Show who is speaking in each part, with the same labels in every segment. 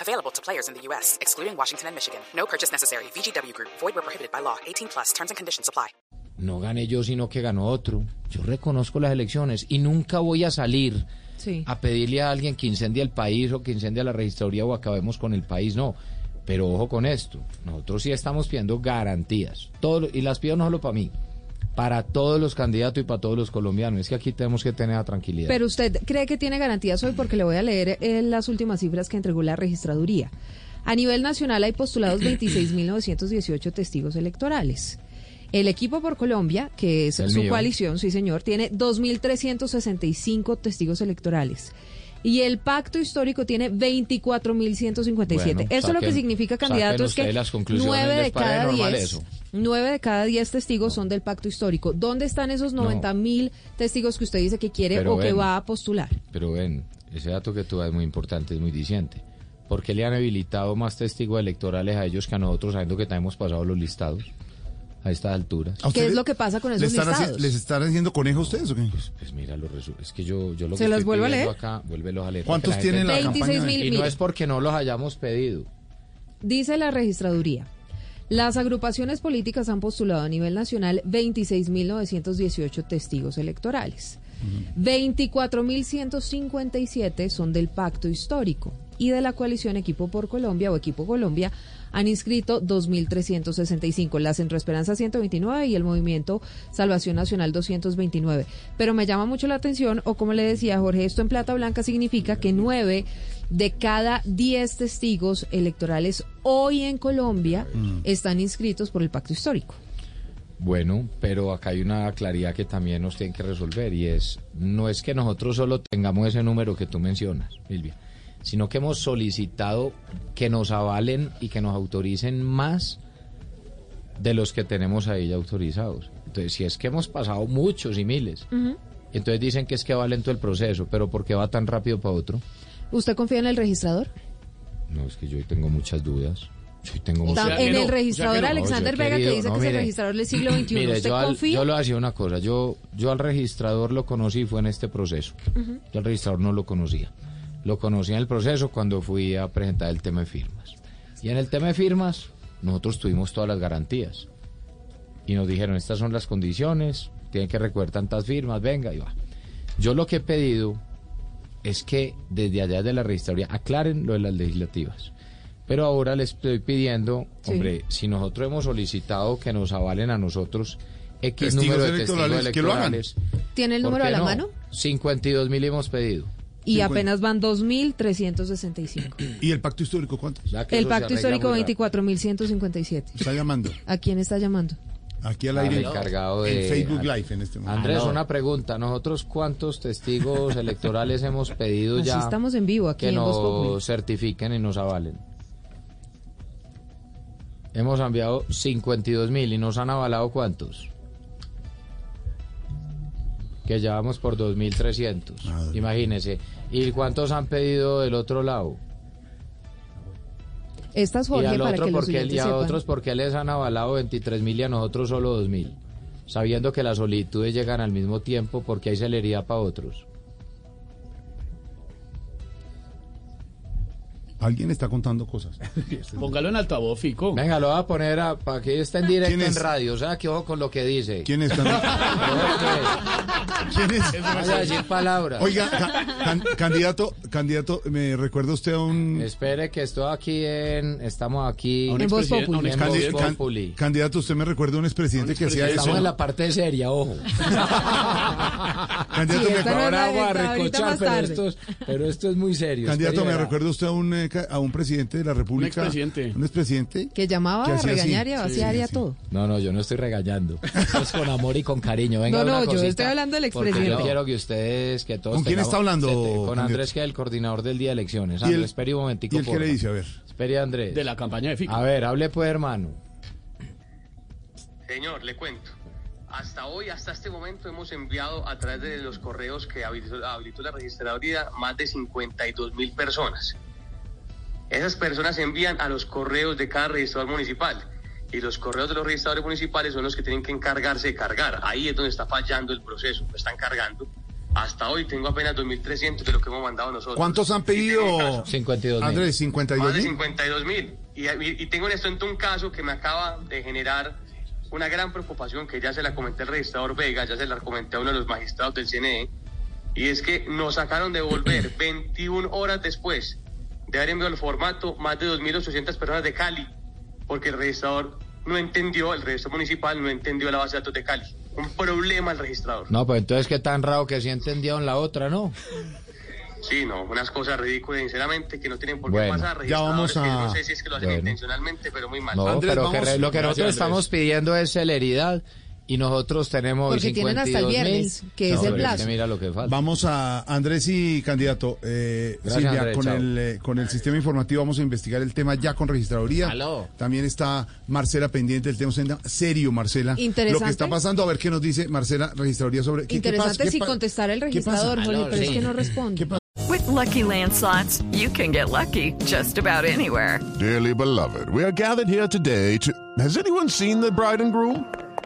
Speaker 1: Available to players in the U.S., excluding Washington and Michigan. No purchase necessary. VGW Group, void were prohibited by law. 18 plus terms and conditions apply.
Speaker 2: no gané yo, sino que ganó otro. Yo reconozco las elecciones y nunca voy a salir
Speaker 3: Sí.
Speaker 2: a pedirle a alguien que incendie el país o que incendie la registraduría o acabemos con el país, no. Pero ojo con esto, nosotros sí estamos pidiendo garantías. Todo, lo- y las pido no solo para mí, para todos los candidatos y para todos los colombianos. Es que aquí tenemos que tener la tranquilidad.
Speaker 3: Pero usted cree que tiene garantías hoy porque le voy a leer eh, las últimas cifras que entregó la registraduría. A nivel nacional hay postulados 26.918 testigos electorales. El equipo por Colombia, que es
Speaker 2: El
Speaker 3: su
Speaker 2: mío.
Speaker 3: coalición, sí señor, tiene 2.365 testigos electorales. Y el pacto histórico tiene 24.157.
Speaker 2: Bueno,
Speaker 3: Esto lo que
Speaker 2: saquen-
Speaker 3: significa,
Speaker 2: saquen
Speaker 3: candidato, es que
Speaker 2: ustedes las conclusiones,
Speaker 3: nueve
Speaker 2: les
Speaker 3: de
Speaker 2: parece
Speaker 3: cada
Speaker 2: normal
Speaker 3: diez
Speaker 2: eso.
Speaker 3: Nueve de cada diez testigos son del pacto histórico. ¿Dónde están esos 90 mil testigos que usted dice que quiere
Speaker 2: Pero
Speaker 3: o que
Speaker 2: ven.
Speaker 3: va a postular?
Speaker 2: Pero ven, ese dato que tú das es muy importante, es muy diciente. ¿Por qué le han habilitado más testigos electorales a ellos que a nosotros, sabiendo que tenemos pasado los listados a estas alturas?
Speaker 4: ¿A ustedes
Speaker 3: es lo que pasa con
Speaker 4: le
Speaker 3: esos
Speaker 4: están haci-
Speaker 3: listados?
Speaker 4: ¿Les están haciendo conejo a ustedes o qué?
Speaker 2: Pues mira, los resu- es que yo, yo lo
Speaker 3: ¿Se
Speaker 2: que
Speaker 3: los
Speaker 2: estoy
Speaker 3: vuelvo a
Speaker 2: pidiendo
Speaker 3: leer?
Speaker 2: acá, vuélvelos a leer.
Speaker 4: ¿Cuántos
Speaker 2: porque la
Speaker 4: tienen
Speaker 2: gente-
Speaker 4: la campaña?
Speaker 3: 26.000
Speaker 2: Y no
Speaker 3: Mire.
Speaker 2: es porque no los hayamos pedido.
Speaker 3: Dice la registraduría. Las agrupaciones políticas han postulado a nivel nacional 26.918 testigos electorales. 24.157 son del pacto histórico y de la coalición Equipo por Colombia o Equipo Colombia han inscrito 2.365, la Centro Esperanza 129 y el Movimiento Salvación Nacional 229. Pero me llama mucho la atención, o como le decía Jorge, esto en plata blanca significa que nueve de cada 10 testigos electorales hoy en Colombia
Speaker 4: Mm.
Speaker 3: están inscritos por el pacto histórico.
Speaker 2: Bueno, pero acá hay una claridad que también nos tienen que resolver y es, no es que nosotros solo tengamos ese número que tú mencionas, Silvia, sino que hemos solicitado que nos avalen y que nos autoricen más de los que tenemos ahí ya autorizados. Entonces, si es que hemos pasado muchos y miles, entonces dicen que es que va lento el proceso, pero ¿por qué va tan rápido para otro?
Speaker 3: ¿Usted confía en el registrador?
Speaker 2: No, es que yo hoy tengo muchas dudas. Yo hoy tengo muchas
Speaker 3: Tam-
Speaker 2: dudas.
Speaker 3: en
Speaker 4: no,
Speaker 3: el
Speaker 4: o sea
Speaker 3: registrador
Speaker 4: que no.
Speaker 2: No,
Speaker 3: Alexander
Speaker 2: yo he
Speaker 3: Vega,
Speaker 2: querido,
Speaker 3: que dice
Speaker 2: no,
Speaker 3: que es
Speaker 2: mire.
Speaker 3: el registrador del siglo XXI.
Speaker 2: Mire,
Speaker 3: ¿Usted
Speaker 2: yo, al-
Speaker 3: confía?
Speaker 2: yo le voy a decir una cosa. Yo, yo al registrador lo conocí fue en este proceso. Yo al registrador no lo conocía. Lo conocí en el proceso cuando fui a presentar el tema de firmas. Y en el tema de firmas, nosotros tuvimos todas las garantías. Y nos dijeron, estas son las condiciones, tienen que recoger tantas firmas, venga y va. Yo lo que he pedido es que desde allá de la registraduría aclaren lo de las legislativas. Pero ahora les estoy pidiendo,
Speaker 3: Sí.
Speaker 2: hombre, si nosotros hemos solicitado que nos avalen a nosotros X
Speaker 4: Testigos
Speaker 2: número de testigos
Speaker 4: electorales, que lo hagan.
Speaker 2: electorales.
Speaker 3: ¿Tiene el
Speaker 2: ¿por
Speaker 3: número
Speaker 2: qué
Speaker 3: a la
Speaker 2: no?
Speaker 3: mano?
Speaker 2: 52 mil hemos pedido.
Speaker 3: Y
Speaker 4: cincuenta.
Speaker 3: apenas van 2.365.
Speaker 4: ¿Y el pacto histórico cuánto?
Speaker 2: O sea, que
Speaker 3: El
Speaker 2: eso se
Speaker 3: pacto
Speaker 2: arregla
Speaker 3: histórico
Speaker 2: muy rápido.
Speaker 3: 24.157.
Speaker 4: Está llamando.
Speaker 3: ¿A quién está llamando?
Speaker 4: Aquí al
Speaker 2: Al
Speaker 4: aire.
Speaker 2: Ah, encargado de-
Speaker 4: En Facebook
Speaker 2: al-
Speaker 4: Live en este momento.
Speaker 2: Andrés,
Speaker 4: Ah, no.
Speaker 2: una pregunta. ¿Nosotros cuántos testigos electorales hemos pedido
Speaker 3: Así
Speaker 2: ya
Speaker 3: estamos en vivo aquí
Speaker 2: que
Speaker 3: en Voz Populi.
Speaker 2: nos certifiquen y nos avalen? Hemos enviado 52 mil y nos han avalado cuántos? Que ya vamos por 2.300.
Speaker 4: Madre.
Speaker 2: Imagínense. ¿Y cuántos han pedido del otro lado?
Speaker 3: Esta
Speaker 2: y
Speaker 3: es Jorge
Speaker 2: al
Speaker 3: para
Speaker 2: otro
Speaker 3: que los
Speaker 2: porque y
Speaker 3: oyentes
Speaker 2: a
Speaker 3: sepan.
Speaker 2: otros porque les han avalado 23 mil y a nosotros solo 2 mil sabiendo que las solicitudes llegan al mismo tiempo porque hay celeridad para otros
Speaker 4: Alguien está contando cosas.
Speaker 5: Póngalo en altavoz, Fico.
Speaker 2: venga lo voy a poner a- para que esté en directo
Speaker 4: ¿Quién
Speaker 2: en
Speaker 4: es?
Speaker 2: radio o sea que ojo con lo que dice
Speaker 4: ¿Quién está?
Speaker 2: Ojo que-
Speaker 4: ¿Quién es?
Speaker 2: vaya a decir palabras
Speaker 4: Oiga, ca- can- candidato, candidato, ¿me recuerda usted a un
Speaker 2: espere que estoy aquí en estamos aquí
Speaker 3: En Voz
Speaker 5: expresidente-
Speaker 3: Populi.
Speaker 5: a un
Speaker 2: En Voz
Speaker 4: candi-
Speaker 5: expresidente.
Speaker 4: can-
Speaker 2: Populi.
Speaker 4: candidato? ¿Usted me recuerda a un expresidente que hacía
Speaker 2: estamos
Speaker 4: eso?
Speaker 2: en la parte seria ojo
Speaker 4: Candidato,
Speaker 3: Sí,
Speaker 4: me,
Speaker 3: está en
Speaker 2: ahora
Speaker 3: la-
Speaker 2: voy a
Speaker 3: ahorita
Speaker 2: recochar
Speaker 3: más
Speaker 2: pero
Speaker 3: tarde.
Speaker 2: esto, es, pero esto es muy serio
Speaker 4: candidato, ¿me
Speaker 2: espere, verá.
Speaker 4: recuerda usted a un, eh, ca- a un presidente de la República?
Speaker 5: expresidente.
Speaker 4: Un expresidente.
Speaker 3: Que llamaba
Speaker 4: que
Speaker 3: a
Speaker 4: hacía así.
Speaker 3: regañar y a vaciar
Speaker 4: Sí,
Speaker 3: y a
Speaker 4: sí.
Speaker 3: todo.
Speaker 2: No, no, yo no estoy regañando. Es con amor y con cariño. Venga,
Speaker 3: No, no,
Speaker 2: una
Speaker 3: yo
Speaker 2: cosita,
Speaker 3: estoy hablando del
Speaker 2: porque
Speaker 3: expresidente.
Speaker 2: Yo quiero que ustedes, que todos.
Speaker 4: ¿Con quién
Speaker 2: tengamos-
Speaker 4: está hablando,
Speaker 2: Con
Speaker 4: candidato?
Speaker 2: Andrés, que es el coordinador del día de elecciones.
Speaker 4: ¿Y el-
Speaker 2: Andrés, espere un momentico.
Speaker 4: ¿Y él qué
Speaker 2: porfa.
Speaker 4: le dice? A ver.
Speaker 2: Espere, Andrés.
Speaker 5: De la campaña de Fico.
Speaker 2: A ver, hable pues, hermano.
Speaker 6: Señor, le cuento. Hasta hoy, hasta este momento, hemos enviado a través de los correos que habilitó, habilitó la registraduría más de 52 mil personas. Esas personas envían a los correos de cada registrador municipal y los correos de los registradores municipales son los que tienen que encargarse de cargar. Ahí es donde está fallando el proceso, no están cargando. Hasta hoy tengo apenas 2.300 de lo que hemos mandado nosotros.
Speaker 4: ¿Cuántos han
Speaker 6: Y tengo un
Speaker 4: pedido?
Speaker 6: caso,
Speaker 2: 52 mil.
Speaker 4: Andrés, 52
Speaker 6: Más de
Speaker 4: mil.
Speaker 6: 52.000. Y, y- y tengo en esto un caso que me acaba de generar una gran preocupación que ya se la comenté al registrador Vega, ya se la comenté a uno de los magistrados del CNE, y es que nos sacaron de volver 21 horas después de haber enviado el formato más de 2.800 personas de Cali, porque el registrador no entendió, el registro municipal no entendió la base de datos de Cali. Un problema al registrador.
Speaker 2: No, pues entonces qué tan raro que sí entendieron la otra, ¿no?
Speaker 6: Sí, no, unas cosas ridículas, sinceramente, que no tienen por qué
Speaker 2: Bueno,
Speaker 6: pasar.
Speaker 4: ya vamos
Speaker 6: registradores que
Speaker 4: a-
Speaker 6: Yo no sé si es que lo hacen
Speaker 2: Bueno.
Speaker 6: intencionalmente, pero muy mal.
Speaker 2: No,
Speaker 4: Andrés,
Speaker 2: pero que
Speaker 4: vamos-
Speaker 2: re- lo que nosotros
Speaker 4: Gracias, Andrés.
Speaker 2: estamos pidiendo es celeridad y nosotros tenemos
Speaker 7: Porque tienen hasta el
Speaker 2: 52.000.
Speaker 7: viernes, que es el
Speaker 2: pero
Speaker 7: plazo.
Speaker 2: Mira lo que falta.
Speaker 4: Vamos a Andrés y candidato. eh,
Speaker 2: Gracias,
Speaker 4: Silvia,
Speaker 2: Andrés,
Speaker 4: con,
Speaker 2: chao.
Speaker 4: el, eh, con el sistema informativo vamos a investigar el tema ya con registraduría.
Speaker 2: Aló.
Speaker 4: También está Marcela pendiente del tema. es un tema Serio, Marcela. Lo
Speaker 7: Interesante.
Speaker 4: que está pasando, a ver qué nos dice Marcela, registraduría sobre. ¿qué- qué pasa?
Speaker 7: Interesante
Speaker 4: ¿Qué
Speaker 7: si
Speaker 4: pa-
Speaker 7: contestara el
Speaker 4: qué pasa?
Speaker 7: registrador, Juli,
Speaker 2: Aló,
Speaker 7: pero es
Speaker 2: sí.
Speaker 7: que no responde.
Speaker 4: ¿Qué pasa?
Speaker 8: With Lucky Land slots, you can get lucky just about anywhere.
Speaker 9: Dearly beloved, we are gathered here today to. Has anyone seen the bride and groom?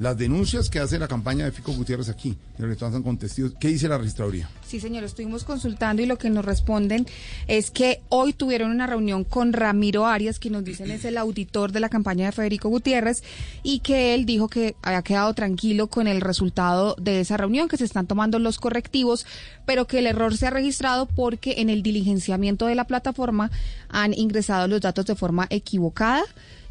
Speaker 4: Las denuncias que hace la campaña de Fico Gutiérrez aquí, en el que han contestado. ¿Qué dice la registraduría?
Speaker 3: Sí, señor, lo estuvimos consultando y lo que nos responden es que hoy tuvieron una reunión con Ramiro Arias, que nos dicen es el auditor de la campaña de Federico Gutiérrez, y que él dijo que había quedado tranquilo con el resultado de esa reunión, que se están tomando los correctivos, pero que el error se ha registrado porque en el diligenciamiento de la plataforma han ingresado los datos de forma equivocada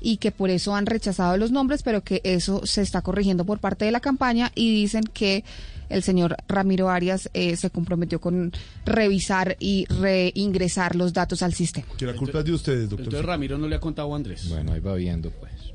Speaker 3: y que por eso han rechazado los nombres, pero que eso se está corrigiendo por parte de la campaña y dicen que el señor Ramiro Arias eh, se comprometió con revisar y reingresar los datos al sistema.
Speaker 4: Que la culpa es de ustedes,
Speaker 10: Entonces
Speaker 4: doctor.
Speaker 10: Ramiro no le ha contado a Andrés.
Speaker 2: Bueno, ahí va viendo, pues.